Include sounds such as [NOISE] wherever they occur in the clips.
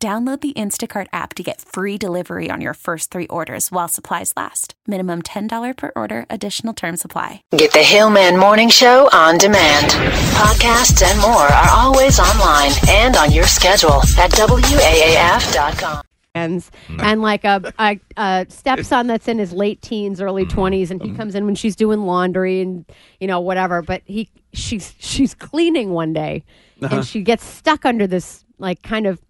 Download the Instacart app to get free delivery on your first three orders while supplies last. Minimum $10 per order, additional term supply. Get the Hillman Morning Show on demand. Podcasts and more are always online and on your schedule at WAAF.com. friends and like a, a, a stepson that's in his late teens, early twenties, and he comes in when she's doing laundry and you know whatever. But he she's she's cleaning one day, and she gets stuck under this like kind of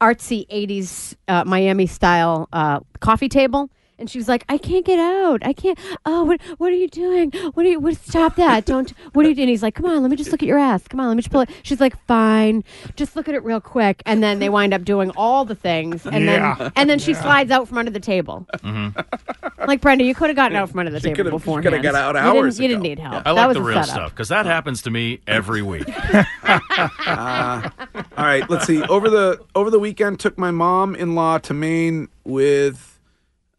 artsy '80s uh, Miami style uh, coffee table. And she was like, "I can't get out. I can't. Oh, what, what are you doing? What are you? What? Stop that! Don't. What are you doing?" He's like, "Come on, let me just look at your ass. Come on, let me just pull it." She's like, "Fine, just look at it real quick." And then they wind up doing all the things, and then and then she slides out from under the table. Like Brenda, you could have gotten out from under the table could've- she before. could've got out hours You didn't, ago. need help. I that like was the a real setup. stuff because that happens to me [LAUGHS] every week. All right, let's see. Over the over the weekend, took my mom in law to Maine with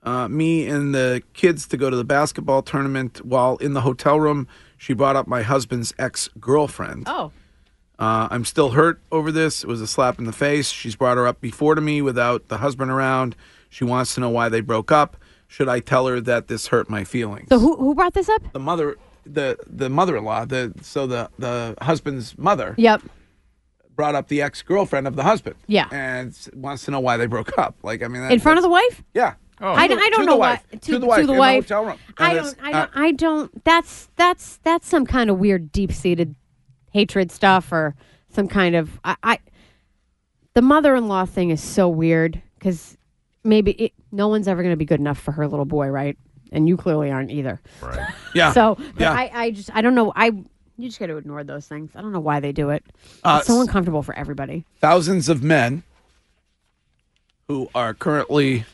uh, me and the kids to go to the basketball tournament. While in the hotel room, she brought up my husband's ex girlfriend. Oh, Uh, I'm still hurt over this. It was a slap in the face. She's brought her up before to me without the husband around. She wants to know why they broke up. Should I tell her that this hurt my feelings? so who who brought this up? the mother, the the mother-in-law, the so the the husband's mother Yep. brought up the ex girlfriend of the husband. Yeah. And s- wants to know why they broke up. Like, I mean, that, In front of the that's- wife? Yeah. Oh. I, To- I don't to know the why. wife. To the wife. To the in wife. hotel room. And uh, I that's- don't. I don't. I don't. That's that's that's some kind of weird, deep seated hatred stuff, or some kind of. I, I the mother in law thing is so weird because maybe it, no one's ever going to be good enough for her little boy, right? And you clearly aren't either. Right. Yeah. So, but Yeah. I, I just, I don't know. I you just got to ignore those things. I don't know why they do it. Uh, it's so s- uncomfortable for everybody. thousands of men who are currently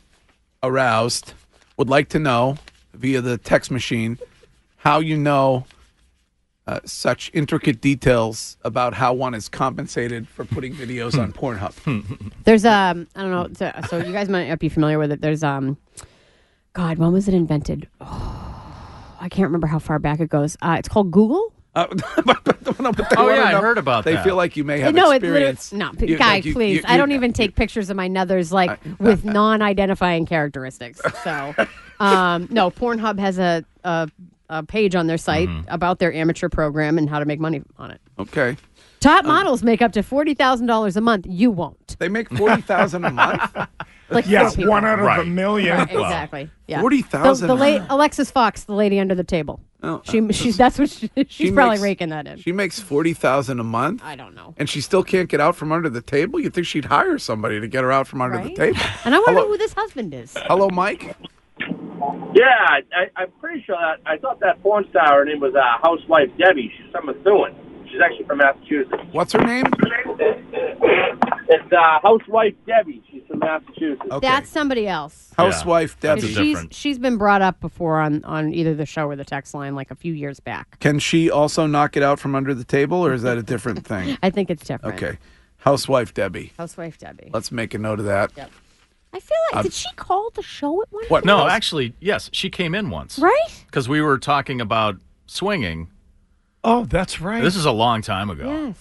aroused would like to know via the text machine how you know uh, such intricate details about how one is compensated for putting videos Hmm. on Pornhub. There's um, I don't know. So, so you guys might not be familiar with it. There's um, God, when was it invented? [SIGHS] Oh, I can't remember how far back it goes. Uh, it's called Google. Uh, but- but- but [LAUGHS] they Oh, wanna yeah, I know- heard about they that. feel like you may have no, experience. it's no, You- guy. like you- please, you- I don't you- even take pictures of my nethers like [LAUGHS] with non-identifying characteristics. So, um, no, Pornhub has a, a a page on their site about their amateur program and how to make money on it. Okay. Top Um, models make up to forty thousand dollars a month. You won't. They make forty thousand a [LAUGHS] month. Like Yeah, most people. one out of Right. a million. Right, [LAUGHS] exactly. Yeah. 40,000 The, the late a month. Alexis Fox, the lady under the table. Oh, she she's that's what she, she's She probably makes- raking that in. She makes forty thousand a month, I don't know. and she still can't get out from under the table. You'd think she'd hire somebody to get her out from under Right? the table. And [LAUGHS] I want to know Hello- who this husband is. Hello, Mike. Yeah, I, I- I'm pretty sure. That, I thought that porn star, her name was uh, Housewife Debbie. She's from Methuen. She's actually from Massachusetts. What's her name? It's uh, Housewife Debbie. She's from Massachusetts. Okay. That's somebody else. Housewife That's a Debbie. different- She's she's been brought up before on on either the show or the text line like a few years back. Can she also knock it out from under the table, or is that a [LAUGHS] different thing? I think it's different. Okay, Housewife Debbie. Housewife Debbie. Let's make a note of that. I feel like did she call the show at one? What? No, else? actually, yes, she came in once Right? because we were talking about swinging. Oh, that's right. This is a long time ago. Yes.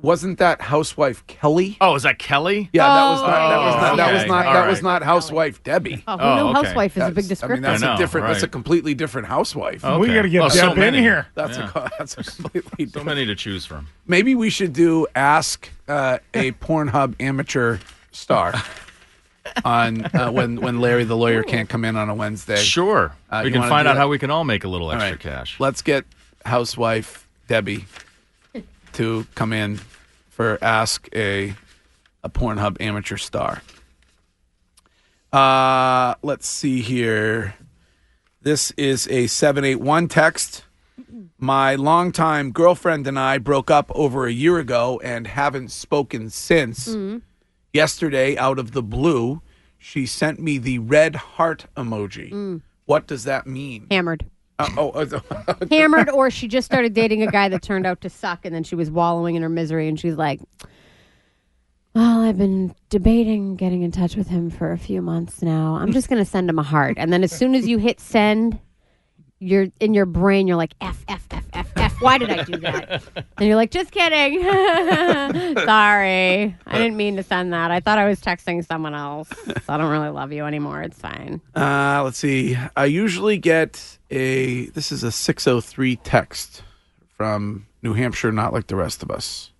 wasn't that Housewife Kelly? Oh, is that Kelly? Yeah, that was not. That was not. That was Oh, okay. not. All That right. was not Housewife Debbie. Oh, who Oh, knew okay. housewife is a big That's- descriptor. I mean, that's I know, a different. That's a right. completely different Housewife. We gotta get Oh, so Deb in many. here. That's Yeah. a that's a completely So different. many to choose from. Maybe we should do ask uh, a Pornhub amateur star [LAUGHS] on uh, when when Larry the lawyer can't come in on a Wednesday. Sure. Uh, we you can wanna find do out that? how we can all make a little All extra right. cash. Let's get housewife Debbie to come in for ask a a Pornhub amateur star. Uh, let's see here. This is a 781 text. My longtime girlfriend and I broke up over a year ago and haven't spoken since. Yesterday, out of the blue, she sent me the red heart emoji. What does that mean? Hammered. Uh, oh, uh, [LAUGHS] Hammered, or she just started dating a guy that turned out to suck, and then she was wallowing in her misery, and she's like, Well, I've been debating getting in touch with him for a few months now. I'm just going to send him a heart. And then as soon as you hit send, you're in your brain, you're like, F, F, F, F, F. Why did I do that? and you're like, Just kidding. [LAUGHS] Sorry. I didn't mean to send that. I thought I was texting someone else. So I don't really love you anymore. It's fine. Uh, let's see. I usually get a this is a 603 text from New Hampshire, not like the rest of us.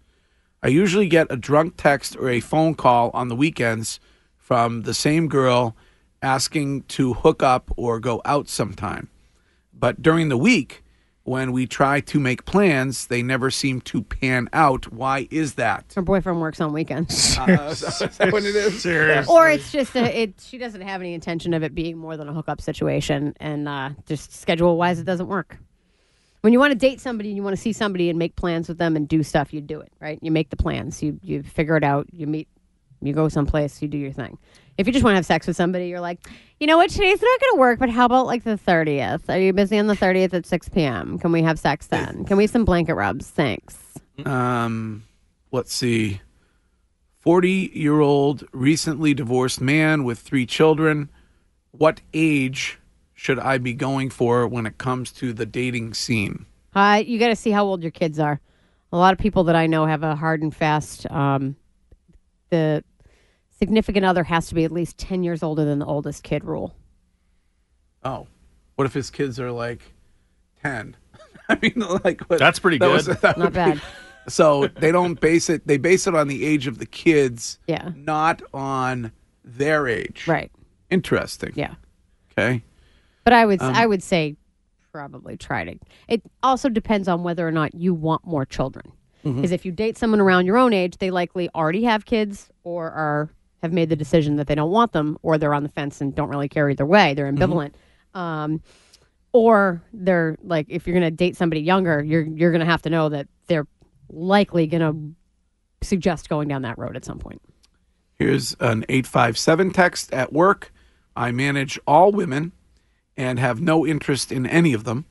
I usually get a drunk text or a phone call on the weekends from the same girl asking to hook up or go out sometime. But during the week, when we try to make plans, they never seem to pan out. Why is that? [LAUGHS] Her boyfriend works on weekends. Is that what it is? or it's just a, it she doesn't have any intention of it being more than a hookup situation and uh, just schedule wise it doesn't work when you want to date somebody and you want to see somebody and make plans with them and do stuff you do it right you make the plans you you figure it out you meet you go someplace you do your thing if you just want to have sex with somebody you're like you know what today's not going to work but how about like the 30th are you busy on the 30th at 6 p.m can we have sex then can we have some blanket rubs thanks Um, let's see. 40 year old recently divorced man with three children. What age should I be going for when it comes to the dating scene? Uh, you got to see how old your kids are. A lot of people that I know have a hard and fast. Um, the significant other has to be at least ten years older than the oldest kid rule. Oh, what if his kids are like 10? [LAUGHS] I mean, like, what, That's pretty that good. was- [LAUGHS] that Not would be- bad. so they don't base it, they base it on the age of the kids, Yeah. not on their age. Right. Interesting. Yeah. Okay. But I would I would say probably try to. It also depends on whether or not you want more children. Because if you date someone around your own age, they likely already have kids or are have made the decision that they don't want them, or they're on the fence and don't really care either way. They're ambivalent. Um, or they're like, if you're going to date somebody younger, you're you're going to have to know that they're likely going to suggest going down that road at some point. Here's an 857 text at work. I manage all women and have no interest in any of them.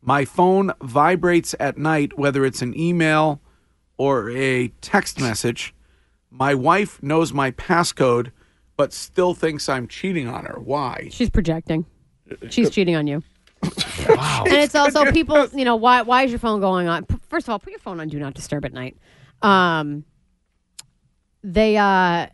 My phone vibrates at night, whether it's an email or a text message. My wife knows my passcode, but still thinks I'm cheating on her. Why? She's projecting. She's cheating on you. wow. And it's also people, you know, why why is your phone going on? P- First of all, put your phone on do not disturb at night. Um they uh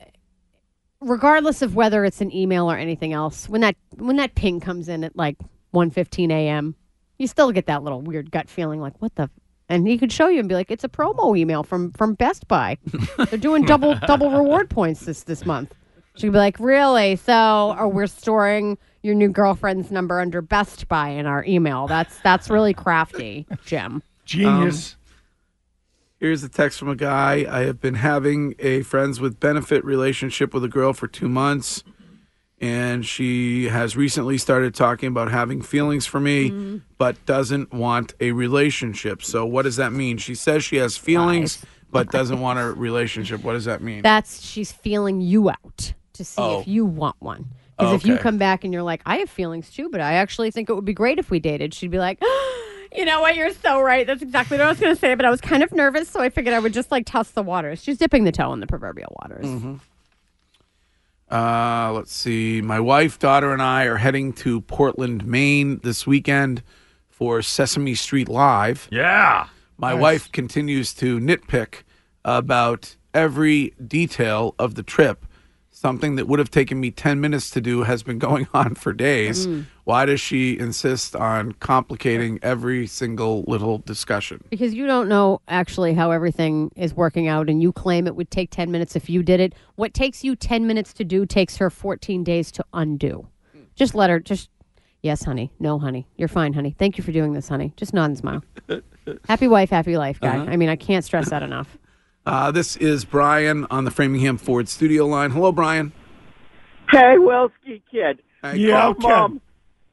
regardless of whether it's an email or anything else, when that when that ping comes in at like 1:15 a.m., you still get that little weird gut feeling like what the f-? and he could show you and be like it's a promo email from from Best Buy. They're [LAUGHS] doing double double reward points this this month. She'd be like, "Really? So, or we're storing your new girlfriend's number under Best Buy in our email. That's that's really crafty, Jim." Genius. Here's a text from a guy. I have been having a friends with benefit relationship with a girl for two months, and she has recently started talking about having feelings for me, but doesn't want a relationship. So, what does that mean? She says she has feelings, but doesn't want a relationship. What does that mean? That's she's feeling you out to see Oh. if you want one. Because if you Okay. come back and you're like, "I have feelings too, but I actually think it would be great if we dated," she'd be like. [GASPS] You know what? You're so right. That's exactly what I was going to say, but I was kind of nervous, so I figured I would just like toss the waters. She's dipping the toe in the proverbial waters. Uh, let's see. My wife, daughter, and I are heading to Portland, Maine this weekend for Sesame Street Live. Yeah. My wife continues to nitpick about every detail of the trip. Something that would have taken me 10 minutes to do has been going on for days. Why does she insist on complicating every single little discussion? Because you don't know actually how everything is working out, and you claim it would take 10 minutes if you did it. What takes you 10 minutes to do takes her 14 days to undo. Just let her, just, yes, honey. No, honey. You're fine, honey. Thank you for doing this, honey. Just nod and smile. happy wife, happy life, guy. I mean, I can't stress that enough. Uh, this is Brian on the Framingham Ford studio line. Hello, Brian. Hey, Welsky kid. Hey, Yeah, Oh, okay. Mom.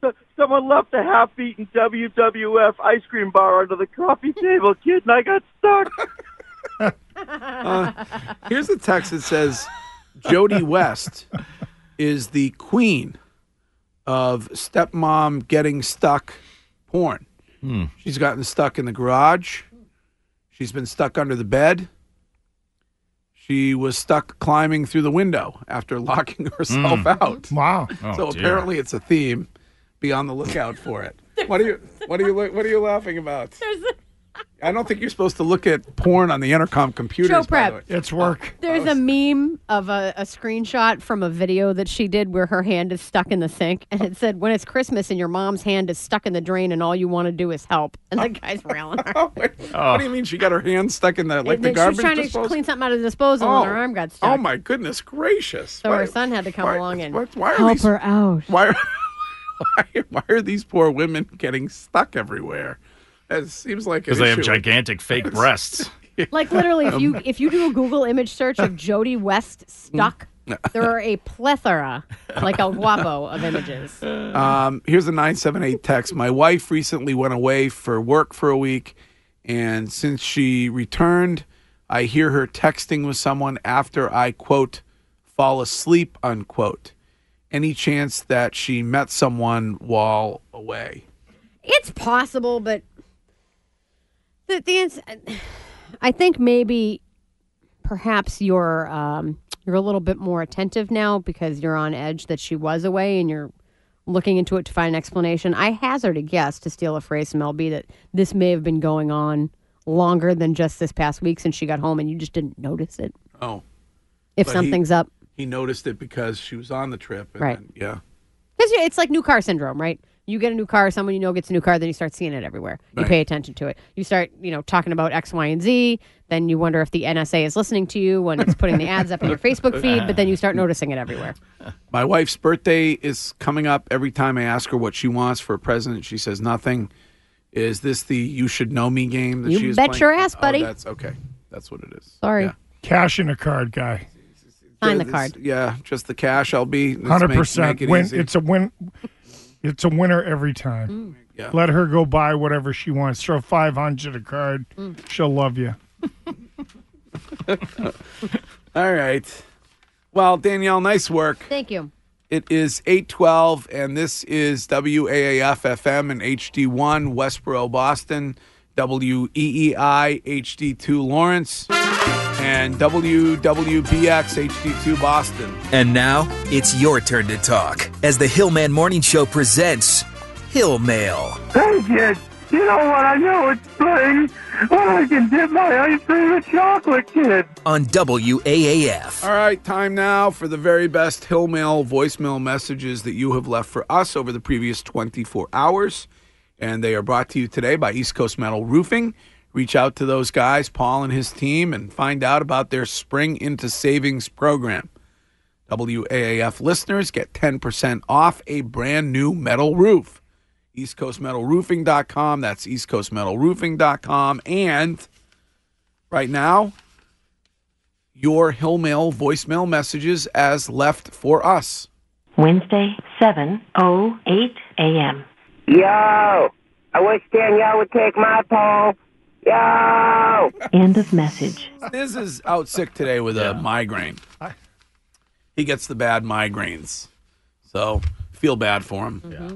so- Someone left a half-eaten WWF ice cream bar under the coffee table, [LAUGHS] kid, and I got stuck. Here's a text that says, Jody West is the queen of stepmom getting stuck porn. Hmm. She's gotten stuck in the garage. She's been stuck under the bed. She was stuck climbing through the window after [LAUGHS] locking herself out. Wow. Hmm. Oh, so dear. apparently, it's a theme. Be on the lookout for it. What are you? What are you? What are you laughing about? I don't think you're supposed to look at porn on the intercom computers. by Show the prep. way. It's work. There's a meme of a, a screenshot from a video that she did where her hand is stuck in the sink, and it said, "When it's Christmas and your mom's hand is stuck in the drain, and all you want to do is help," and the guy's railing her. Oh, wait. [LAUGHS] What do you mean she got her hand stuck in the like And the then she was garbage trying disposal? to clean something out of the disposal, and her arm got stuck. Oh my goodness gracious! So her son had to come why- along and why, why are help these, her out. Why, are- [LAUGHS] why why are these poor women getting stuck everywhere? It seems like an Because they have issue. gigantic fake [LAUGHS] breasts. Like literally, if Um, you if you do a Google image search of Jody West stuck, Mm. there are a plethora, [LAUGHS] like El Guapo, of images. Um, here's a 978 text. My wife recently went away for work for a week, and since she returned, I hear her texting with someone after I, quote, fall asleep, unquote. Any chance that she met someone while away? It's possible, but the, the ans- I think maybe perhaps you're um, you're a little bit more attentive now because you're on edge that she was away and you're looking into it to find an explanation. I hazard a guess to steal a phrase from LB that this may have been going on longer than just this past week since she got home and you just didn't notice it. Oh, If But he- something's up, he noticed it because she was on the trip. And Right. Then, yeah. Because it's like new car syndrome, right? You get a new car, someone you know gets a new car, then you start seeing it everywhere. You Right. pay attention to it. You start, you know, talking about X, Y, and Z. Then you wonder if the NSA is listening to you when it's putting the ads up on your Facebook feed, but then you start noticing it everywhere. My wife's birthday is coming up. Every time I ask her what she wants for a present, she says nothing. Is this the "You Should Know Me" game that You she is bet playing? your ass, Oh, buddy. that's okay. That's what it is. Sorry. Yeah. Cash in a card guy. Sign the This- card. Yeah, just the cash. I'll be let's Hundred make- percent. make it Win. easy. It's a win. It's a winner every Mm. time. Yeah. Let her go buy whatever she wants. Throw five hundred a card. Mm. She'll love you. All right. Well, Danielle, nice work. Thank you. It is 812, and this is WAAF FM and HD1, Westboro, Boston, E WEEI, HD2, Lawrence, and WWBX, HD2, Boston. And now it's your turn to talk as the Hillman Morning Show presents Hill Mail. Thank you. You know what? I know it's spring. Well, I can dip my ice cream in chocolate, kid. on WAAF. All right, time now for the very best Hill Mail voicemail messages that you have left for us over the previous 24 hours. And they are brought to you today by East Coast Metal Roofing. Reach out to those guys, Paul and his team, and find out about their Spring into Savings program. WAAF listeners get 10% off a brand new metal roof. EastCoastMetalRoofing.com. That's EastCoastMetalRoofing.com. And right now, your Hillmail voicemail messages as left for us. [LAUGHS] Wednesday, 7.08 a.m. Yo, I wish Danielle would take my poll. Yo. End of message. This is out sick today with a migraine. He gets the bad migraines, so feel bad for him. Yeah.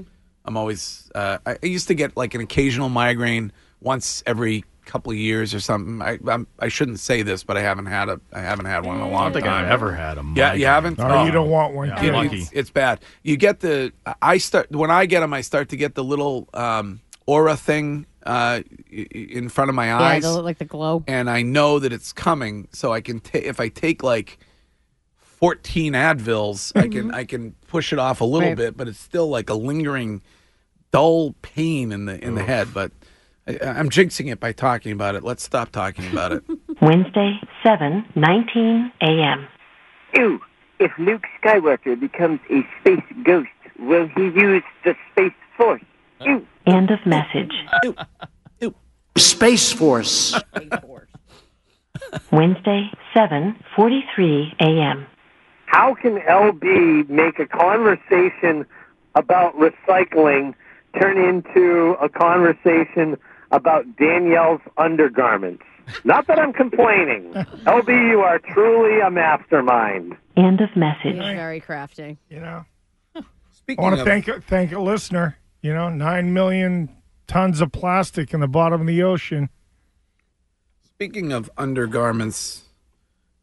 I'm always. Uh, I I used to get like an occasional migraine once every couple of years or something. I I'm, I shouldn't say this, but I haven't had a I haven't had one in a long Mm. I don't think time. I've ever had a migraine. Yeah, you haven't. Oh. Or you don't want one. Oh. Yeah, kid. lucky. It's, it's bad. You get the I start when I get them. I start to get the little um, aura thing uh, i- i- in front of my Yeah, eyes, the, like the glow. and I know that it's coming. So I can ta- if I take like fourteen Advils, I can I can push it off a little Mm-hmm. Right. bit, but it's still like a lingering dull pain in the in the head. But I, I'm jinxing it by talking about it. Let's stop talking about it. Wednesday, 7.19 a.m. Ew. If Luke Skywalker becomes a space ghost, will he use the space force? Ew. End of message. Space force. Wednesday, 7.43 a.m. How can LB make a conversation about recycling turn into a conversation about Danielle's undergarments? Not that I'm complaining. LB, you are truly a mastermind. End of message. He's very crafty. You know. I Speaking want to of- thank thank a listener. You know, nine million tons of plastic in the bottom of the ocean. Speaking of undergarments,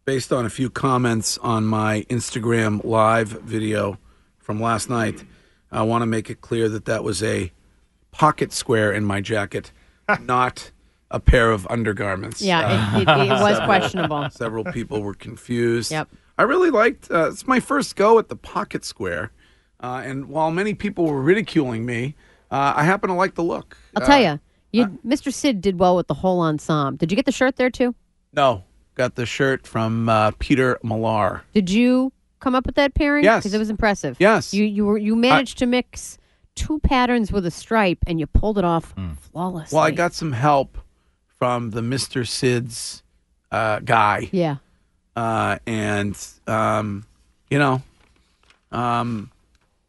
based on a few comments on my Instagram live video from last night, I want to make it clear that that was a pocket square in my jacket, not a pair of undergarments. Yeah, it- it- it was several- [LAUGHS] questionable. Several people were confused. Yep. I really liked. Uh, it's my first go at the pocket square, uh, and while many people were ridiculing me, uh, I happen to like the look. Uh, I'll tell you, you Mr. Sid did well with the whole ensemble. Did you get the shirt there too? No, got the shirt from uh, Peter Millar. Did you come up with that pairing? Yes. because it was impressive. Yes. you you were you managed to mix two patterns with a stripe, and you pulled it off flawlessly. Mm. Well, I got some help from the Mr. Sids uh, guy. Yeah. Uh, and, um, you know, um,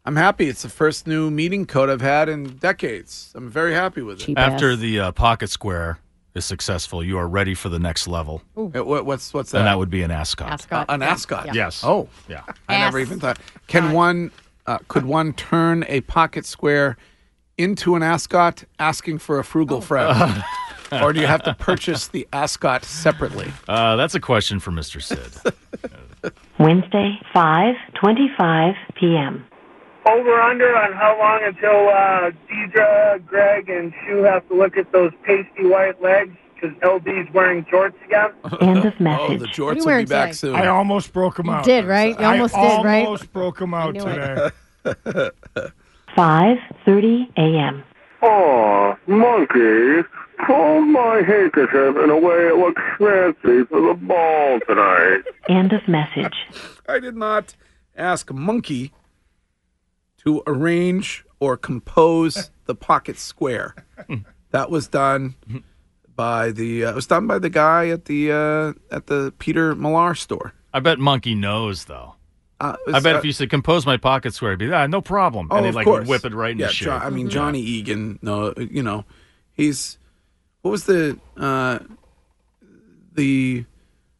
I'm happy. It's the first new meeting code I've had in decades. I'm very happy with it. After the uh, pocket square is successful, you are ready for the next level. Uh, what- what's, what's that? And that would be an ascot. Uh, an ascot. Yeah. Yes. Oh, yeah. I never even thought. Can one, uh, could one turn a pocket square into an ascot, asking for a frugal [LAUGHS] friend, or do you have to purchase the ascot separately? Uh, that's a question for Mr. [LAUGHS] Sid. Wednesday, 5:25 p.m. Over under on how long until uh, Deidre, Greg, and Shu have to look at those pasty white legs because LD's wearing jorts [LAUGHS] again. [LAUGHS] End of Oh, message. the jorts you will be wearing back today? soon. I almost broke him You out. did, right? You I almost did, right? Almost broke him out knew it. today. [LAUGHS] 5:30 a.m. Oh, monkey, pull my handkerchief in a way it looks fancy for the ball tonight. End of message. I did not ask Monkey to arrange or compose the pocket square. that was done by the uh, it was done by the guy at the uh, at the Peter Millar store. I bet Monkey knows, though. Uh, it I was, bet uh, if you said compose my pocket square, he'd be ah, no problem. oh, and he'd of like course. whip it right in yeah, uh, the shape. John- I mean Johnny Egan. No, you know, he's what was the uh, the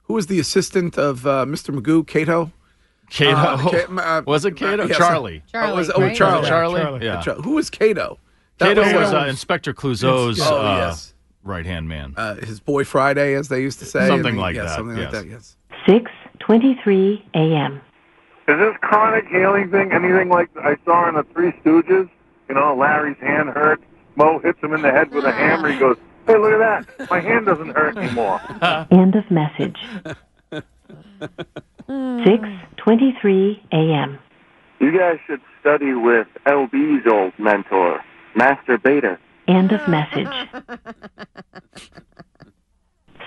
who was the assistant of uh, Mr. Magoo Cato? Cato. Uh, Ca- m- [LAUGHS] uh, was it Cato? yes. Charlie. Oh, was- oh, Charlie, right? Charlie. Was it Charlie? Yeah, Yeah. Char- Who was Cato? That Cato was, was uh, uh, Inspector Clouseau's Oh, uh, yes. right hand man. uh, his boy Friday, as they used to say. Something And he- like yeah, that, Something yes. like that. Yes. 6:23 a.m. Is this chronic healing thing anything like I saw in the Three Stooges? You know, Larry's hand hurt. Mo hits him in the head with a hammer. He goes, "Hey, look at that! My hand doesn't hurt anymore." End of message. 6:23 a.m. You guys should study with LB's old mentor, Master Beta. End of message.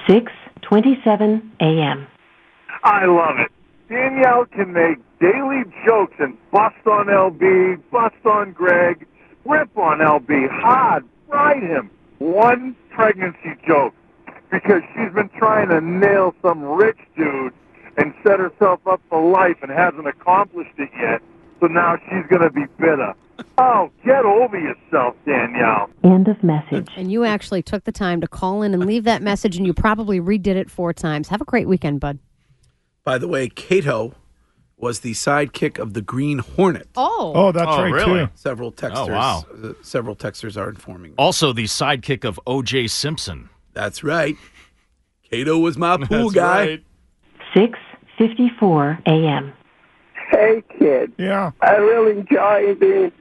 6:27 a.m. I love it. Danielle can make daily jokes and bust on LB, bust on Greg, rip on LB hard, ride him. One pregnancy joke because she's been trying to nail some rich dude and set herself up for life and hasn't accomplished it yet. So now she's going to be bitter. Oh, get over yourself, Danielle. End of message. And you actually took the time to call in and leave that message, and you probably redid it four times. Have a great weekend, bud. By the way, Cato was the sidekick of the Green Hornet. Oh, that's Oh, right really? too. Several texters. wow. uh, several texters are informing. me. Also, the sidekick of O.J. Simpson. That's right. Cato was [LAUGHS] my pool That's guy. right. 6:54 a.m. Hey, kid. Yeah. I really enjoy being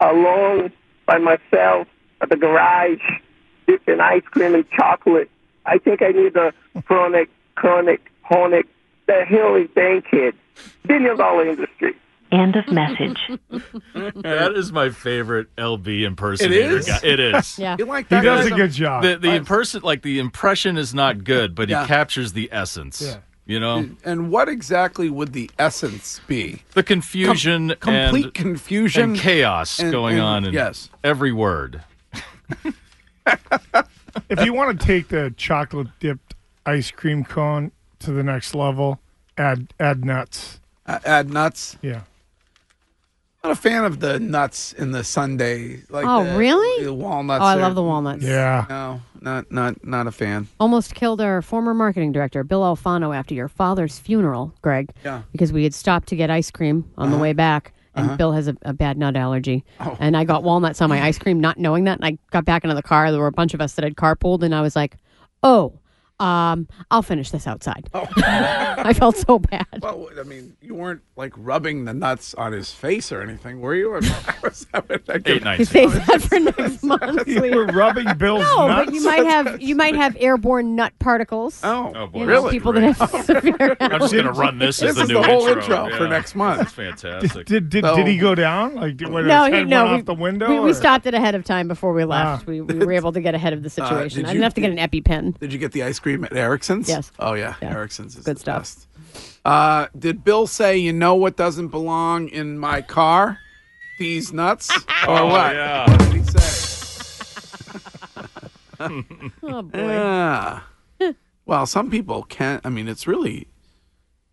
alone by myself at the garage, dipping ice cream and chocolate. I think I need the chronic, chronic, chronic, the healing thing, kid. Billion dollar industry. End of message. That is my favorite LB impersonator. It is? Guy. It is. [LAUGHS] Yeah. You like He that? does a guy? good job. The the imperson like the impression is not good, but Yeah. he captures the essence. You know And what exactly would the essence be? the confusion, Complete and, confusion and chaos and- going and- on in yes. every word. if you want to take the chocolate dipped ice cream cone to the next level, add add nuts. Uh, add nuts. Yeah. Not a fan of the nuts in the Sunday. Like Oh, the- really? The walnuts. Oh, I are- love the walnuts. [LAUGHS] Yeah. No, not not not a fan. Almost killed our former marketing director, Bill Alfano, after your father's funeral, Greg. Yeah. Uh-huh. Because we had stopped to get ice cream on the way back, and Bill has a, a bad nut allergy. Oh. And I got walnuts on my ice cream, not knowing that. And I got back into the car. There were a bunch of us that had carpooled, and I was like, oh, um, I'll finish this outside. [LAUGHS] I felt so bad. Oh. Well, I mean, you weren't like rubbing the nuts on his face or anything, were you? I mean, [LAUGHS] I was having that Eight You nights. save that for next month. You were rubbing Bill's No, nuts. but you might have you might have airborne nut particles. Oh, Oh, boy. You know, really? People that have [LAUGHS] severe I'm just going to run this, This as the is new the whole intro, intro for next month. That's fantastic. Did did, No. did he go down? Like did, when his head went we, off the window? we, we or- stopped it ahead of time before we left. Ah. We, we were able to get [LAUGHS] ahead of the situation. did I you- didn't have to get an EpiPen. Did you get the ice cream at Erickson's? Yes. Oh yeah, Yeah. Erickson's is Good the stuff. best. Uh, did Bill say you know what doesn't belong in my car? These [LAUGHS] nuts or what? Oh, yeah. What did he say? [LAUGHS] Oh boy. Yeah. [LAUGHS] well, some people can't. I mean, it's really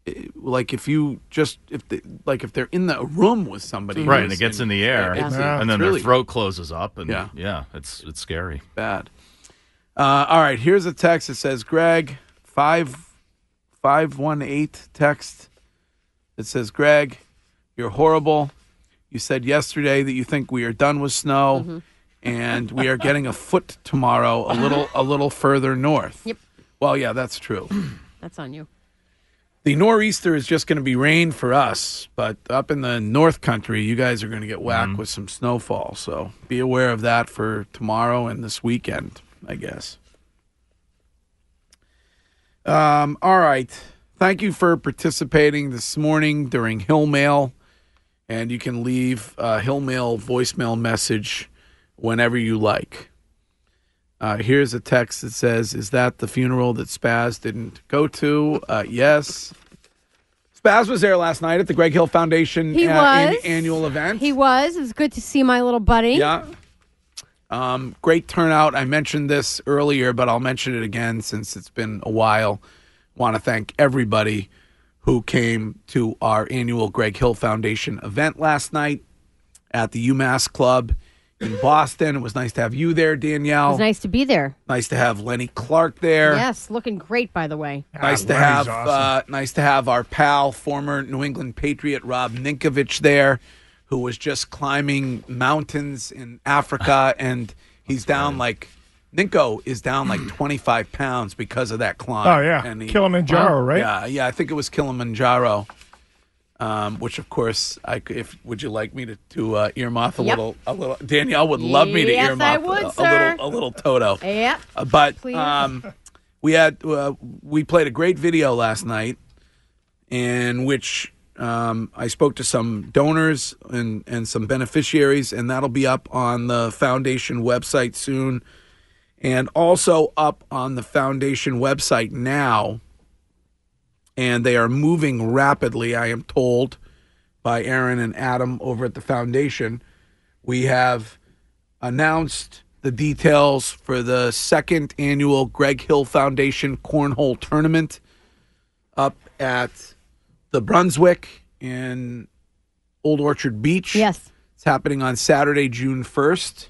eh, like if you just if they, like if they're in the room with somebody, Right, and who's it gets in the air, it's- Yeah. and then it's their really throat closes up, and Yeah. yeah, it's it's scary. bad. Uh, all right, here's a text that says Greg five five one eight text. It says Greg, you're horrible. You said yesterday that you think we are done with snow, and we are getting a foot tomorrow, a little a little further north. Yep. Well, yeah, that's true. That's on you. The nor'easter is just going to be rain for us, but up in the north country, you guys are going to get whacked with some snowfall. So be aware of that for tomorrow and this weekend, I guess. Um, all right. Thank you for participating this morning during Hill Mail. And you can leave a Hill Mail voicemail message whenever you like. Uh, here's a text that says, Is that the funeral that Spaz didn't go to? Uh, yes. Spaz was there last night at the Greg Hill Foundation He uh, was. an- annual event. He was. It was good to see my little buddy. Yeah. Um, great turnout. I mentioned this earlier, but I'll mention it again since it's been a while. Want to thank everybody who came to our annual Greg Hill Foundation event last night at the UMass Club in Boston. It was nice to have you there, It Danielle. was nice to be there. Nice to have Lenny Clark there. Yes, looking great by the way. Ah, Nice to Lenny's have awesome. uh, nice to have our pal, former New England Patriot Rob Ninkovich there, who was just climbing mountains in [LAUGHS] Africa, and he's down like Ninko is down [CLEARS THROAT] like twenty five pounds because of that climb. Oh yeah, and he, Kilimanjaro, right? yeah, yeah, I think it was Kilimanjaro. Um, which of course, I c- if would you like me to, to uh, earmuff a Yep. little, a little? Danielle would love me to Yes, I earmuff would, a, sir. a little, a little Toto. Yep. Uh, but Please. um, we had uh, we played a great video last night, in which um, I spoke to some donors and and some beneficiaries, and that'll be up on the foundation website soon, and also up on the foundation website now. And they are moving rapidly, I am told, by Aaron and Adam over at the foundation. We have announced the details for the second annual Greg Hill Foundation Cornhole Tournament up at the Brunswick in Old Orchard Beach. Yes. It's happening on Saturday, June 1st.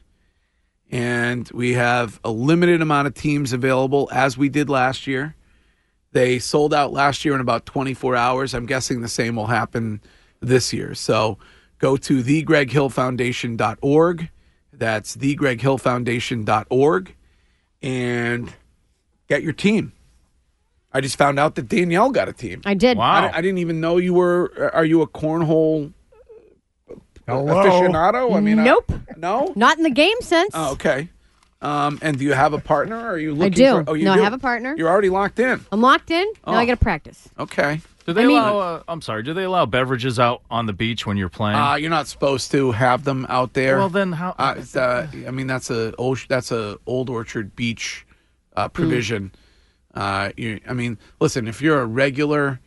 And we have a limited amount of teams available as we did last year. They sold out last year in about 24 hours. I'm guessing the same will happen this year. So go to thegreghillfoundation.org. That's thegreghillfoundation.org and get your team. I just found out that Danielle got a team. I did. Wow. I, I didn't even know you were. Are you a cornhole Hello. aficionado? I mean, I- Nope. no. Not in the game sense. Oh, okay. Um, and do you have a partner? Or are you looking? For, do. oh, you No, I do? have a partner. You're already locked in. I'm locked in. Oh. Now I got to practice. Okay. Do they I mean- allow? Uh, I'm sorry. Do they allow beverages out on the beach when you're playing? Uh, you're not supposed to have them out there. well, then how? uh, it's, uh, I mean that's a old that's a old Orchard Beach Hmm. uh, provision. Uh, you, I mean, listen, if you're a regular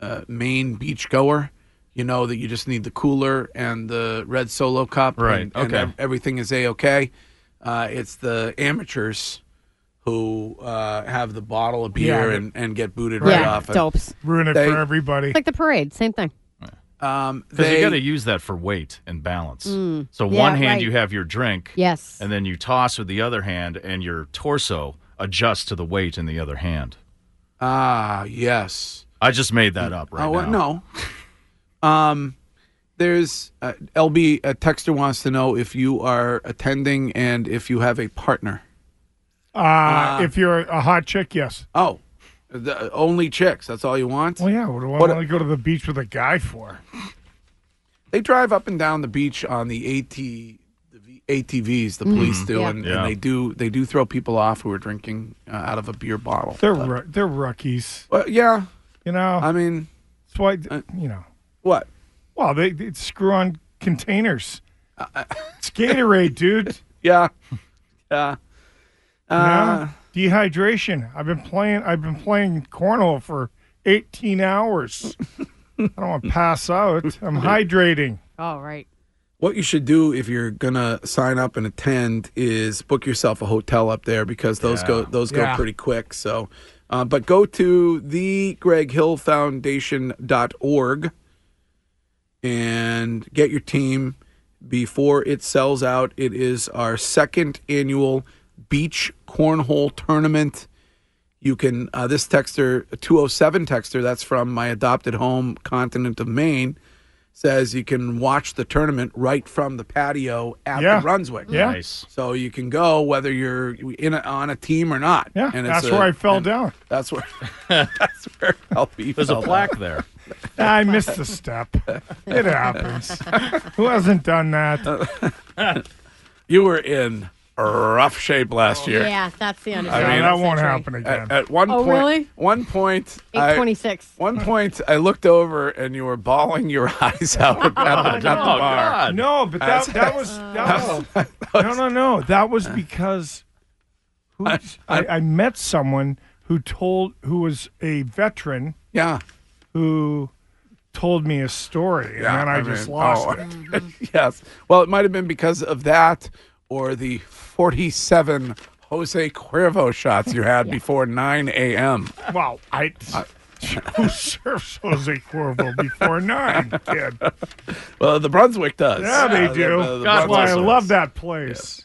uh, Maine beach goer, you know that you just need the cooler and the red Solo cup, Right, And, and okay. ev- everything is a okay. Uh, it's the amateurs who uh, have the bottle of beer Yeah. and, and get booted right yeah. off. And, Dopes. Ruin it They- for everybody. Like the parade, same thing. Um, Because they- you got to use that for weight and balance. Mm. So Yeah, one hand right. you have your drink, Yes. and then you toss with the other hand, and your torso adjusts to the weight in the other hand. Ah, yes. I just made that up right oh, now. uh, No. Um, there's uh, LB. A texter wants to know if you are attending and if you have a partner. Uh, Ah. if you're a hot chick, yes. Oh, the, only chicks. That's all you want. Well, yeah. What do I What- want to go to the beach with a guy for? They drive up and down the beach on the AT the V- ATVs. The police Mhm. do, Yeah. and, Yeah. and they do they do throw people off who are drinking uh, out of a beer bottle. They're But- ru- they're rookies. Well, yeah. You know. I mean, that's why you know what. Well, they, they screw on containers. it's [LAUGHS] Gatorade, dude. Yeah. Yeah. Uh, You know? dehydration. I've been playing. I've been playing cornhole for 18 hours. I don't want to pass out. [LAUGHS] I'm hydrating. All right. What you should do if you're gonna sign up and attend is book yourself a hotel up there because those Yeah. go those go Yeah. pretty quick. So, uh, but go to the Greg Hill Foundation.org and get your team before it sells out. It is our second annual beach cornhole tournament. You can uh, this texter 207 texter that's from my adopted home continent of Maine says you can watch the tournament right from the patio at Yeah. the Brunswick. Yeah. Nice. So you can go whether you're in a, on a team or not. Yeah, and that's where I fell and down. That's where [LAUGHS] that's where LP There's a fell Oh. down. [LAUGHS] plaque there. I missed the step. [LAUGHS] It happens. Who hasn't done that? you were in rough shape last year. Yeah, that's the I mean, understanding. that won't happen again. At, at one Oh, point, really? one point, I- 826. one point, I looked over and you were bawling your [LAUGHS] eyes out at the, at the Oh, no, bar. No, but that, That's- [LAUGHS] that was that was no no no. That was because who I, I, met someone who told who was a veteran. Yeah. Who told me a story, and then I, just mean, lost oh, it. [LAUGHS] yes. Well, it might have been because of that or the 47 Jose Cuervo shots you had before 9 a.m. Well, I. [LAUGHS] who serves Jose Cuervo [LAUGHS] before nine, kid? Well, the Brunswick does. Yeah, they Uh, the- do. the- the That's why I Brunswick love does. that place.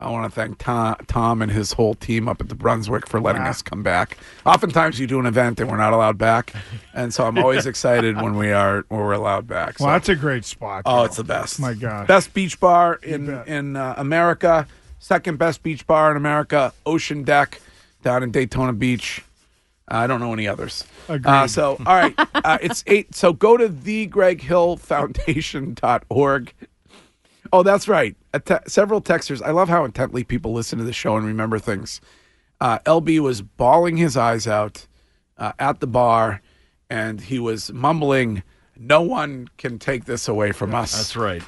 I want to thank Tom, Tom and his whole team up at the Brunswick for letting us come back. Oftentimes, you do an event and we're not allowed [LAUGHS] back, and so I'm always excited when we are when we're allowed back. So. Well, that's a great spot. Oh, though. it's the best. My God. Best beach bar in in uh, America. Second best beach bar in America. Ocean Deck down in Daytona Beach. I don't know any others. Uh, Agreed. so, all right, uh, it's eight. So go to thegreghillfoundation.org. Oh, that's right. A te- several texters. I love how intently people listen to the show and remember things. Uh, LB was bawling his eyes out uh, at the bar, and he was mumbling, "No one can take this away from us." [LAUGHS] That's right.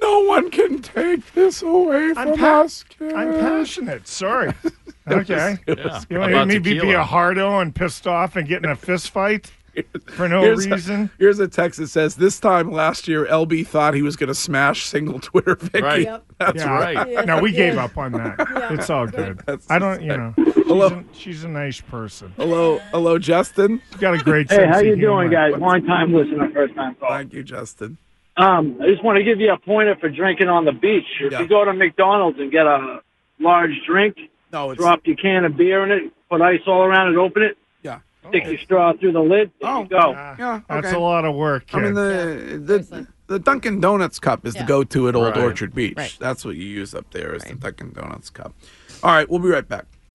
No one can take this away I'm from pa- us. kid. I'm passionate. [LAUGHS] Sorry. Okay. It was- You want to About me be, be tequila. a hardo and pissed off and get in a [LAUGHS] fist fight for no Here's a- [LAUGHS] reason? here's a text that says, "This time last year, LB thought he was going to smash single [LAUGHS] Twitter Vicky." Right. Yep. Yeah. No, we gave up on that. It's all good. I don't, you know. She's, a, she's a nice person. Hello, hello, Justin. Got a great. Hey, sense how of you doing, humor. guys? Long time listener, first time caller. Thank you, Justin. Um, I just want to give you a pointer for drinking on the beach. If Yeah. you go to McDonald's and get a large drink, No, it's drop your can of beer in it, put ice all around it, open it, yeah. stick your straw through the lid, there you go. Oh. Yeah, That's okay. a lot of work. I mean kid. the the, the Dunkin' Donuts cup is the go-to at Old Right. Orchard Beach. That's what you use up there is the Dunkin' Donuts cup. All right, we'll be right back.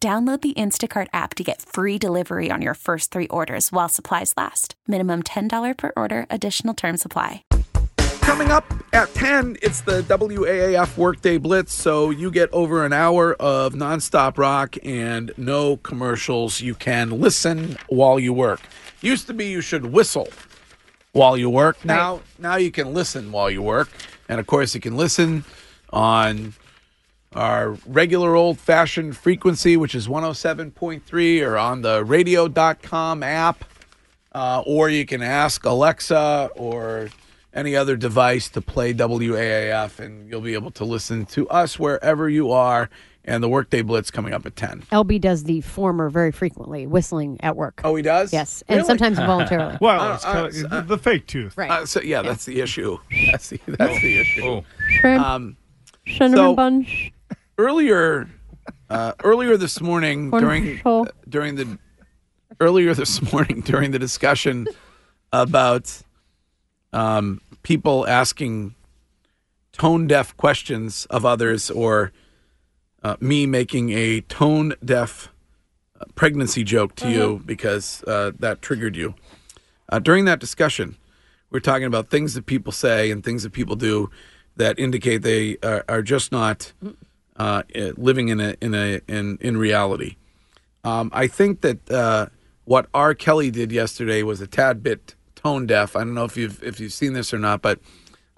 Download the Instacart app to get free delivery on your first three orders while supplies last. Minimum $10 per order, additional term supply. Coming up at 10, it's the WAAF Workday Blitz. So you get over an hour of nonstop rock and no commercials. You can listen while you work. Used to be you should whistle while you work. Now, now you can listen while you work. And of course, you can listen on our regular old fashioned frequency, which is 107.3, or on the radio.com app. Uh, or you can ask Alexa or any other device to play WAAF, and you'll be able to listen to us wherever you are. And the Workday Blitz coming up at 10. LB does the former very frequently, whistling at work. Oh, he does? Yes, and sometimes voluntarily. Well, it's kinda- the fake tooth. Right. Uh, so, yeah, that's the issue. [LAUGHS] That's the, that's the issue. Shrimp, Um, cinnamon so- bunch. earlier uh, earlier this morning Corn during uh, control. during the earlier this morning [LAUGHS] during the discussion about um, people asking tone deaf questions of others or uh, me making a tone deaf uh, pregnancy joke Uh-huh. to you because uh, that triggered you uh, during that discussion we're talking about things that people say and things that people do that indicate they are, are just not uh, eh, living in a in a in in reality. Um, I think that uh, what R. Kelly did yesterday was a tad bit tone deaf. I don't know if you've if you've seen this or not, but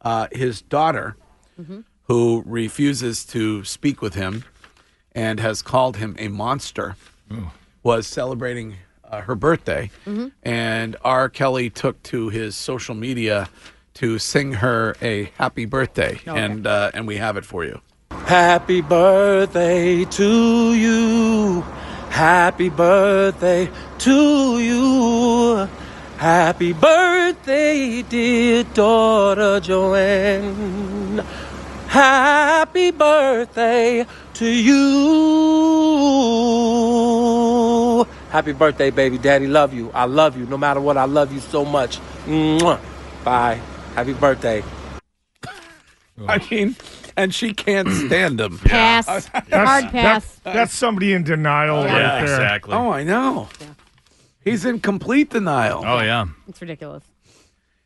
uh, his daughter, who refuses to speak with him, and has called him a monster, was celebrating uh, her birthday, and R. Kelly took to his social media to sing her a happy birthday, and uh, and we have it for you. Happy birthday to you. Happy birthday to you. Happy birthday, dear daughter Joanne. Happy birthday to you. Happy birthday, baby. Daddy, love you. I love you. No matter what, I love you so much. Mwah. Bye. Happy birthday. I mean, and she can't stand him. Pass. Hard pass. That, that's somebody in denial Yeah. right Yeah, there. exactly. Oh, I know. He's in complete denial. Oh yeah. It's ridiculous.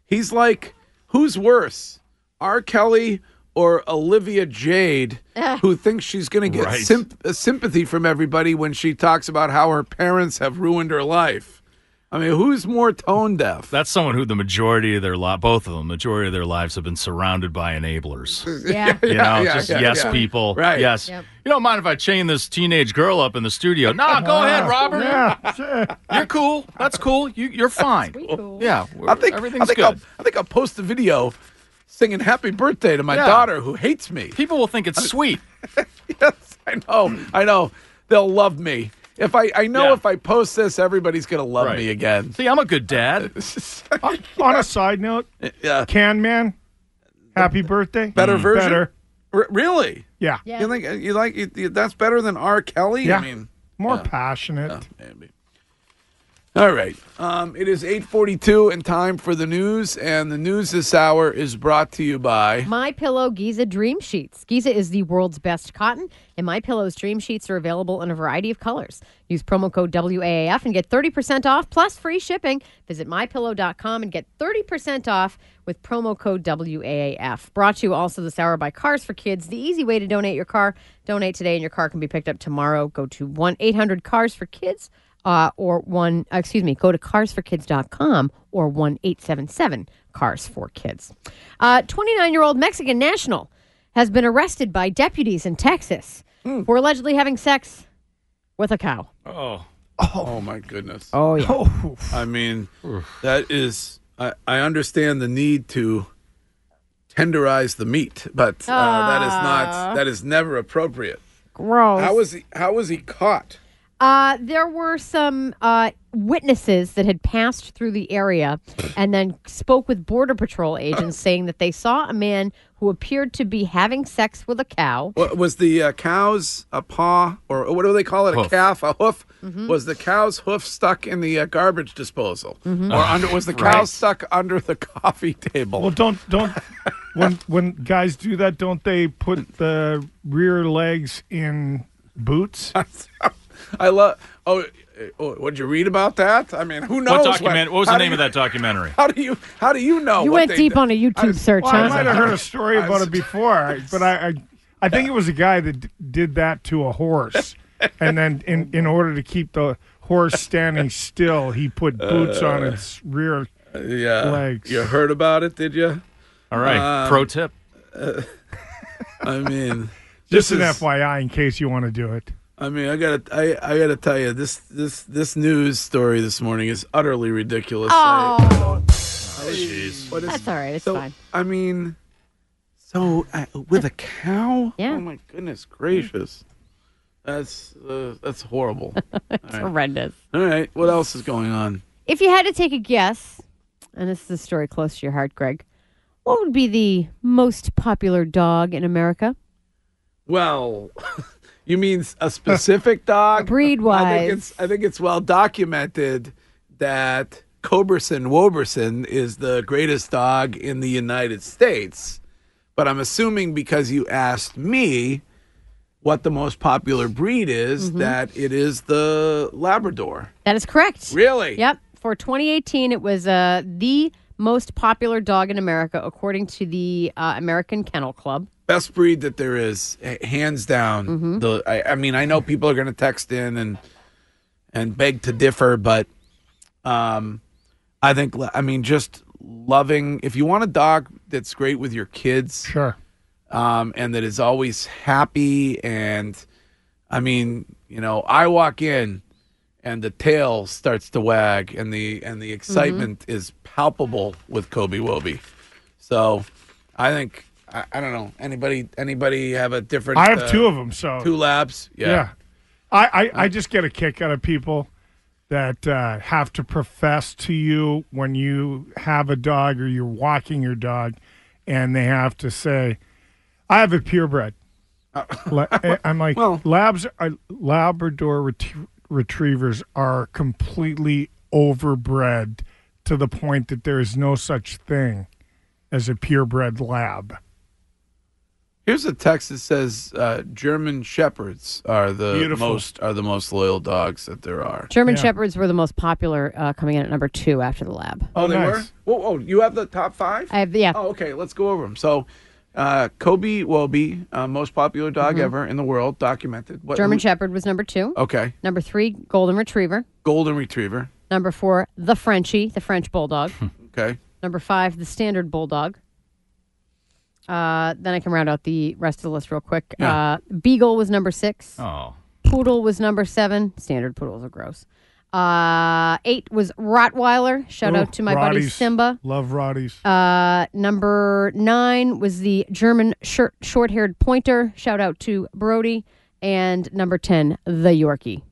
He's like, who's worse, R. Kelly or Olivia Jade, who thinks she's going to get Right. symp- uh, sympathy from everybody when she talks about how her parents have ruined her life? I mean, who's more tone deaf? That's someone who the majority of their li both of them, majority of their lives have been surrounded by enablers. Yeah. You know, [LAUGHS] yeah, just yeah, yes yeah. people. Right. Yes. You don't mind if I chain this teenage girl up in the studio. Nah, go ahead, Uh-huh. Robert. Yeah, uh, sure. You're cool. That's cool. You, you're fine. Yeah. I think everything's I think good. I'll, I think I'll post a video singing "Happy Birthday" to my Yeah. daughter who hates me. People will think it's sweet. yes, I know. I know. They'll love me. If I, I know Yeah. if I post this, everybody's gonna love Right. me again. See, I'm a [LAUGHS] good dad. On a side note, yeah. Can Man, happy birthday. Mm. Better version? Better. R- really? Yeah. You think uh, you like you, you- that's better than R. Kelly? Yeah. I mean, More passionate. maybe. All right. Um, it is 8:42 and time for the news and the news this hour is brought to you by My Pillow Giza Dream Sheets. Giza is the world's best cotton, and My Pillow's Dream Sheets are available in a variety of colors. Use promo code WAAF and get 30% off plus free shipping. Visit mypillow.com and get 30% off with promo code WAAF. Brought to you also this hour by Cars for Kids, the easy way to donate your car. Donate today and your car can be picked up tomorrow. Go to 1-800-CARS for Kids uh, or one, excuse me, go to carsforkids.com or 1 877 Cars for Kids. 29 year old Mexican national has been arrested by deputies in Texas Mm. for allegedly having sex with a cow. Oh. Oh my goodness. Oh, yeah. [LAUGHS] Oh, I mean, that is I, I understand the need to tenderize the meat, but uh, that is Ah. not that is never appropriate. Gross. How was he how was he caught? Uh, there were some uh, witnesses that had passed through the area and then spoke with Border Patrol [COUGHS] agents saying that they saw a man who appeared to be having sex with a cow. What, was the uh, cow's a paw, or what do they call it? A Hoof. calf, a hoof? Was the cow's hoof stuck in the uh, garbage disposal, or under? Was the cow Right. stuck under the coffee table? Well, don't [LAUGHS] don't. when when guys do that, don't they put the rear legs in boots? I love. Oh, eh, oh, what did you read about that? I mean, who knows? What document? What was how the do name you- of that documentary? [LAUGHS] How do you? How do you know? You what went they deep did? on a YouTube search, Well, I huh? might have heard a story about it before, but I, I, I think it was a guy that d- did that to a horse, and then in in order to keep the horse standing still, he put boots on Uh, its rear. Yeah. legs. You heard about it, did you? All Um, right, pro tip. uh, I mean, this Just an is- FYI, in case you want to do it. I mean, I gotta, I, I gotta tell you, this, this, this news story this morning is utterly ridiculous. Oh, jeez. that's all right. It's fine. I mean, so uh, with a cow? Yeah. Oh my goodness gracious, that's uh, that's horrible. [LAUGHS] it's horrendous. All right, what else is going on? If you had to take a guess, and this is a story close to your heart, Greg, what would be the most popular dog in America? Well, [LAUGHS] you mean a specific dog? Breed I wise. think it's I think it's well documented that Coberson Woberson is the greatest dog in the United States. But I'm assuming because you asked me what the most popular breed is that it is the Labrador. That is correct. Really? Yep. For 2018, it was uh, the most popular dog in America, according to the uh, American Kennel Club. Best breed that there is, h- hands down. The I, I mean, I know people are going to text in and and beg to differ, but um, I think l- I mean just loving. If you want a dog that's great with your kids, sure, um, and that is always happy. And I mean, you know, I walk in and the tail starts to wag, and the and the excitement is palpable with Kobe Wobie. So I think. I, I don't know. Anybody? Anybody have a different? I have uh, two of them, so two labs. Yeah. I, I, I just get a kick out of people that uh, have to profess to you when you have a dog or you're walking your dog, and they have to say, "I have a purebred." La- I'm like, labs, are, Labrador ret- retrievers are completely overbred to the point that there is no such thing as a purebred lab. Here's a text that says uh, German shepherds are the Beautiful. most are the most loyal dogs that there are. German Shepherds were the most popular, uh, coming in at number two after the lab. Oh, they were. Whoa, oh, you have the top five. I have, yeah. Oh, okay. Let's go over them. So, uh, Kobe Wobie, uh, most popular dog Mhm. ever in the world, documented. What- German who- Shepherd was number two. Okay. Number three, Golden Retriever. Golden Retriever. Number four, the Frenchie, the French Bulldog. Okay. Number five, the standard bulldog. Uh, then I can round out the rest of the list real quick. Yeah. Uh, Beagle was number six. Oh. Poodle was number seven. Standard poodles are gross. Uh, eight was Rottweiler. Shout Ooh, out to my buddy Rotties. Simba. Love Roddies. Uh, number nine was the German short short-haired pointer. Shout out to Brody. And number ten, the Yorkie.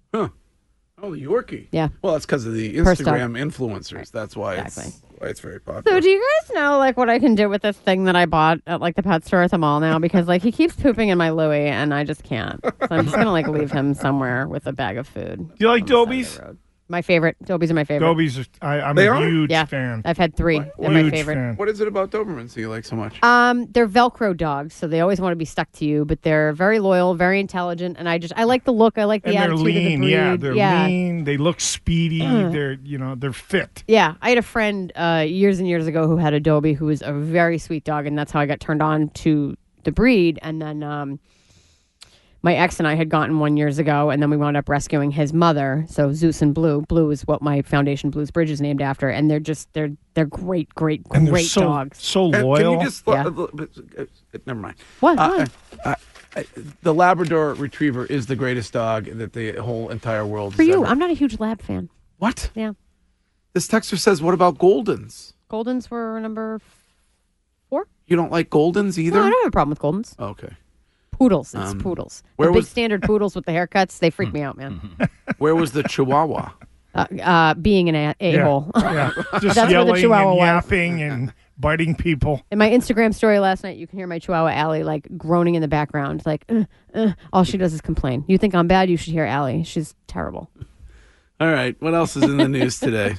Oh, the Yorkie. Yeah. Well, that's because of the First dog. Instagram influencers. That's why it's why it's very popular. So do you guys know like what I can do with this thing that I bought at like the pet store at the mall now because like he keeps pooping in my Louie and I just can't. So I'm just gonna like leave him somewhere with a bag of food. Do you like Dobies? My favorite. Dobies are my favorite. Dobies, are- I, I'm They a are? huge yeah, Uh, fan. I've had three. They're my favorite. What is it about Dobermans that you like so much? Uh, Um, they're Velcro dogs, so they always want to be stuck to you, but they're very loyal, very intelligent, and I just I like the look, I like the and they're attitude lean. of the breed. yeah, they're yeah. Uh-huh. lean. They look speedy. Ugh. They're you know they're fit. Yeah, I had a friend uh, years and years ago who had Adobe, who was a very sweet dog, and that's how I got turned on to the breed. And then um, my ex and I had gotten one years ago, and then we wound up rescuing his mother. So Zeus and Blue, Blue is what my foundation Blues Bridge is named after, and they're just they're they're great, great, And they're great so- dogs. so Can- Can loyal. you [LAUGHS] just Yeah. uh, uh, uh, never mind. What? Uh, What? uh, uh, the Labrador Retriever is the greatest dog that the whole entire world. For has you, ever- I'm not a huge lab fan. What? Yeah, This texter says, "What about Goldens? Goldens were number. You don't like Goldens either?" No, I don't have a problem with Goldens. Okay. Poodles, it's Um, poodles. where the big was- standard poodles with the haircuts, they freak me out, man. Where was the Chihuahua? [LAUGHS] Uh, uh, being an a hole. [LAUGHS] Yeah, just That's where yelling the Chihuahua and was. yapping and biting people. In my Instagram story last night, you can hear my Chihuahua Allie like groaning in the background, like "Uh, uh." all she does is complain. You think I'm bad? You should hear Allie. She's terrible. All right. [LAUGHS] What else is in the news today?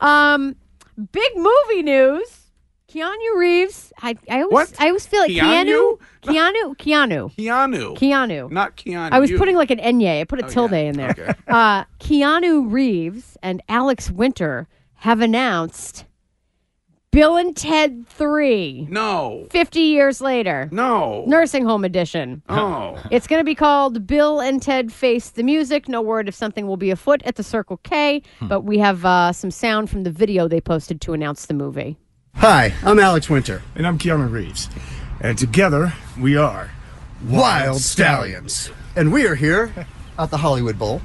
Um, big movie news. Keanu Reeves. I, I always I always feel like Keanu? Keanu Keanu Keanu Keanu. Keanu. Not Keanu. I was putting like an enye. I put a Oh, tilde yeah. in there. Okay. [LAUGHS] Uh, Keanu Reeves and Alex Winter have announced Bill and Ted Three. No. Fifty years later. No. Nursing Home Edition. Oh. It's going to be called Bill and Ted Face the Music. No word if something will be afoot at the Circle K, Hmm. but we have uh, some sound from the video they posted to announce the movie. Hi, I'm Alex Winter. And I'm Keanu Reeves. And together we are Wild Stallions. And we are here at the Hollywood Bowl.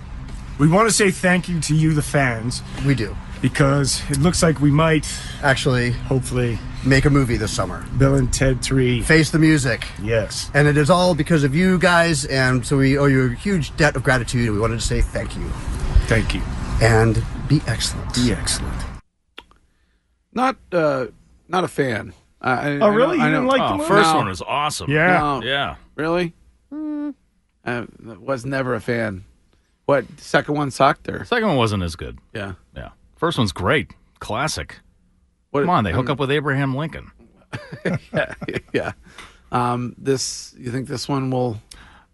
We want to say thank you to you, the fans. We do. Because it looks like we might actually, hopefully, make a movie this summer. Bill and Ted 3. Face the music. Yes. And it is all because of you guys, and so we owe you a huge debt of gratitude, and we wanted to say thank you. Thank you. And be excellent. Be excellent. Not uh, not a fan. I- I, Oh, really? You didn't like the Oh, movie? first one was awesome. Yeah. Yeah. yeah. Really? Hmm. I was never a fan. What second one sucked or Second one wasn't as good. Yeah. Yeah. First one's great. Classic. Come on, they hook up with Abraham Lincoln. um, yeah. Um, this you think this one will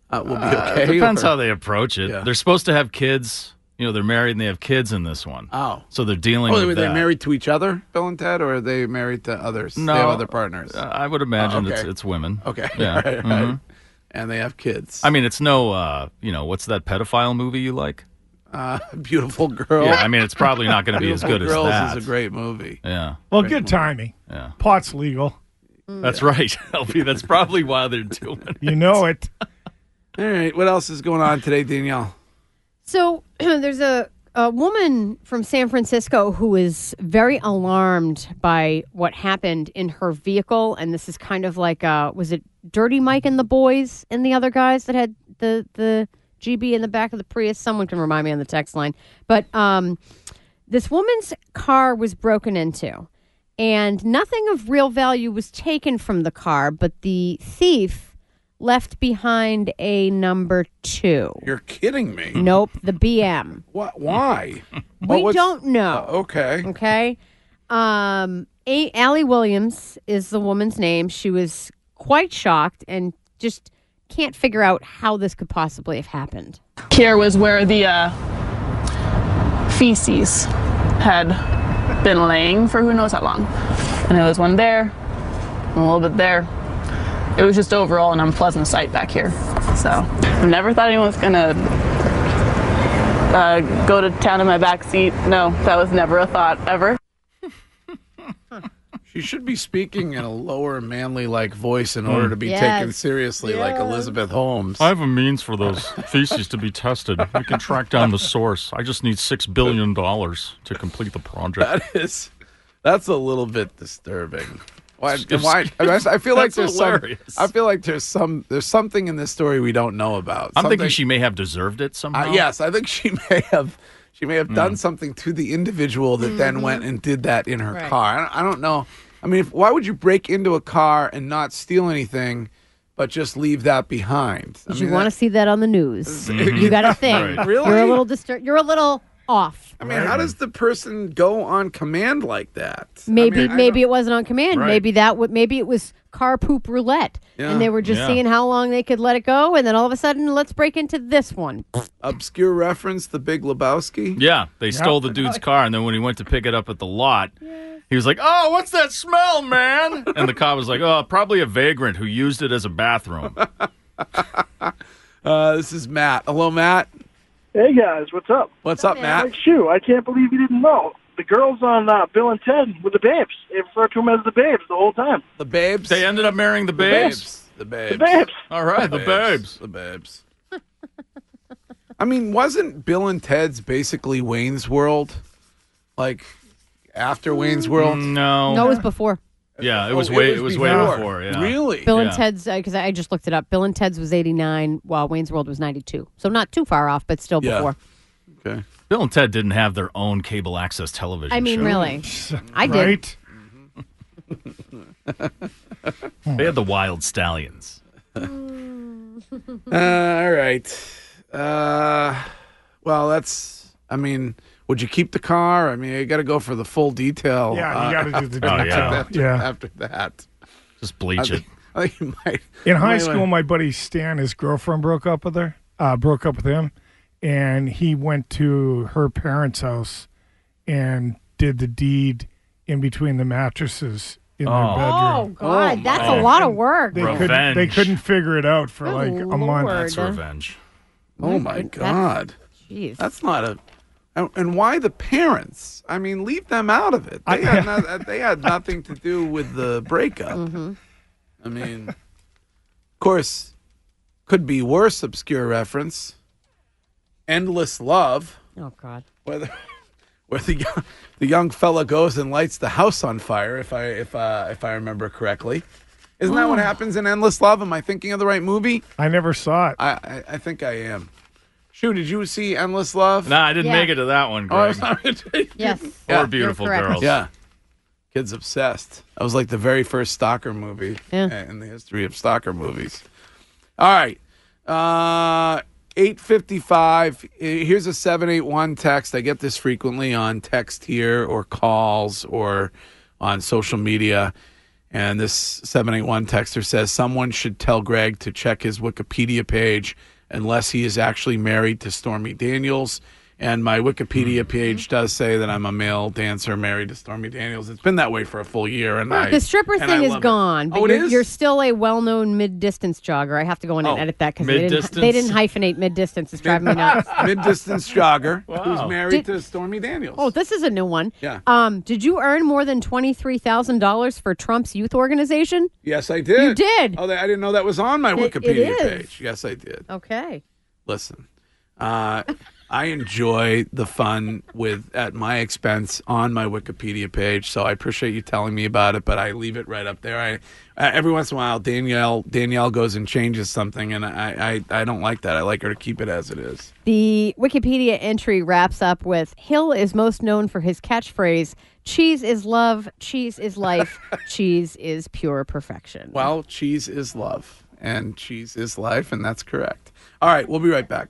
uh, will be Uh, okay? depends or- how they approach it. Yeah. They're supposed to have kids. You know, they're married and they have kids in this one. Oh. So they're dealing Oh, with were they that. married to each other, Bill and Ted, or are they married to others? No. they have other partners. Uh, I would imagine Oh, it's, okay. it's women. Okay. [LAUGHS] Yeah. Right, right. Mhm. And they have kids. I mean, it's no, uh, you know, what's that pedophile movie you like? Uh, [LAUGHS] Beautiful Girl. Yeah, I mean, it's probably not [LAUGHS] going to be as Beautiful good Girls as that. is a great movie. Yeah. Well, good timing. Yeah. Pot's legal. Mm. That's right, [LAUGHS] LP. That's probably why they're doing it. You know it. All right. What else is going on today, Danielle? So [CLEARS THROAT] there's a, a woman from San Francisco who is very alarmed by what happened in her vehicle, and this is kind of like uh, was it Dirty Mike and the boys and the other guys that had the the GB in the back of the Prius? Someone can remind me on the text line, but um, this woman's car was broken into. And nothing of real value was taken from the car, but the thief left behind a number two. You're kidding me. Mm-hmm. Nope, the BM. What? [LAUGHS] Why? We don't know. okay. Okay. Um, a- Allie Williams is the woman's name. She was quite shocked and just can't figure out how this could possibly have happened. Here was where the uh, feces had been laying for who knows how long. And it was one there, and a little bit there. It was just overall an unpleasant sight back here. So I never thought anyone was gonna uh, go to town in my back seat. No, that was never a thought ever. She should be speaking in a lower, manly like voice in Mm. order to be Yes. taken seriously, like Elizabeth Holmes. I have a means for those feces to be tested. We can track down the source. I just need six billion dollars to complete the project. That is, that's a little bit disturbing. Why? Excuse- why I, mean, I feel like That's there's hilarious. some. I feel like there's some. There's something in this story we don't know about. I'm thinking Something- she may have deserved it somehow. Uh, yes, I think she [LAUGHS] may have. She may have done something to the individual that Mm-hmm. then went and did that in her Right. car. I don't, I don't know. I mean, if, why would you break into a car and not steal anything, but just leave that behind? I Did mean, you want to that- see that on the [LAUGHS] news? Mhm. You got a thing. Right. Really? You're a little disturbed. You're a little off. I mean, how does the person go on command like that? Maybe I mean, I maybe it wasn't on command. Right. Maybe that would maybe it was car poop roulette, Yeah. and they were just Yeah. seeing how long they could let it go, and then all of a sudden, let's break into this one. obscure reference, The Big Lebowski. Yeah, they stole the [LAUGHS] dude's car, and then when he went to pick it up at the lot, he was like, "Oh, what's that smell, man?" and the cop was like, "Oh, probably a vagrant who used it as a [LAUGHS] bathroom." Uh, this is Matt. Hello, Matt. Hey guys, what's up? What's up, Matt? Like, shoot, I can't believe you didn't know. The girls on uh, Bill and Ted were the babes. They refer to them as the babes the whole time. The babes. They ended up marrying the babes. The babes. The babes. All right, the babes. The babes. I mean, wasn't Bill and Ted's basically Wayne's World? Like after Wayne's World? No. No, it was before. Yeah, it Mm, was Oh, it way was it was, way before. before. Yeah. Really? Bill and Yeah. Ted's because I just looked it up. Bill and Ted's was eighty nine, while Wayne's World was ninety two. So not too far off, but still before. Okay. Bill and Ted didn't have their own cable access television. I mean, show. really, I did. They had the Wild Stallions. Uh, all right. Uh, well, that's. I mean, Would you keep the car? I mean, you got to go for the full detail. uh, Yeah, you gotta do the after detail. that- Yeah. After that, just [LAUGHS] bleach I think, I think you might. In high might- school, my buddy Stan, his girlfriend broke up with her, uh, broke up with him, and he went to her parents' house and did the deed in between the mattresses in Oh. their bedroom. Oh, God, Oh, that's a my. lot of work. They couldn't, they Revenge. couldn't figure it out for Good like a month. Lord. That's revenge. Oh my God, jeez, that's not a. and- And why the parents? I mean, leave them out of it. They [LAUGHS] had, no, they had nothing to do with the breakup. I mean, of course, could be worse. Obscure reference. Endless love. Oh God. Whether [LAUGHS] where the young, the young fella goes and lights the house on fire, if I if uh, if I remember correctly. Isn't that what Oh. happens in Endless Love? Am I thinking of the right movie? I never saw it. I I, I think I am. Shoot, did you see Endless Love? [LAUGHS] No, I didn't Yeah. make it to that one, Oh, I'm Greg. sorry. [LAUGHS] Yes. Or Beautiful Girls. Yeah. Kids obsessed. That was like the very first stalker movie Yeah. in the history of stalker movies. All right. Uh 855. Eh, Here's a 781 text. I get this frequently on text here or calls or on social media. And this 781 texter says someone should tell Greg to check his Wikipedia page unless he is actually married to Stormy Daniels. And my Wikipedia page does say that I'm a male dancer married to Stormy Daniels. It's been that way for a full year. And I, the stripper and thing I is love it. gone, but Oh, it you're, is? you're still a well-known mid-distance jogger. I have to go in Oh, and edit that because they didn't, mid-distance. they didn't hyphenate mid-distance. It's driving me nuts. [LAUGHS] [LAUGHS] Mid-distance jogger who's married Did- to Stormy Daniels. Oh, this is a new one. Yeah. Um, did you earn more than twenty-three thousand dollars for Trump's youth organization? Yes, I did. You did. Oh, I didn't know that was on my It- it Wikipedia is. page. Yes, I did. Okay. Listen, uh, I enjoy the fun with at my expense on my Wikipedia page, so I appreciate you telling me about it. But I leave it right up there. I uh, every once in a while Danielle Danielle goes and changes something, and I, I I don't like that. I like her to keep it as it is. The Wikipedia entry wraps up with Hill is most known for his catchphrase cheese is love, cheese is life, cheese is pure perfection. Well, cheese is love, and cheese is life, and that's correct. All right, we'll be right back.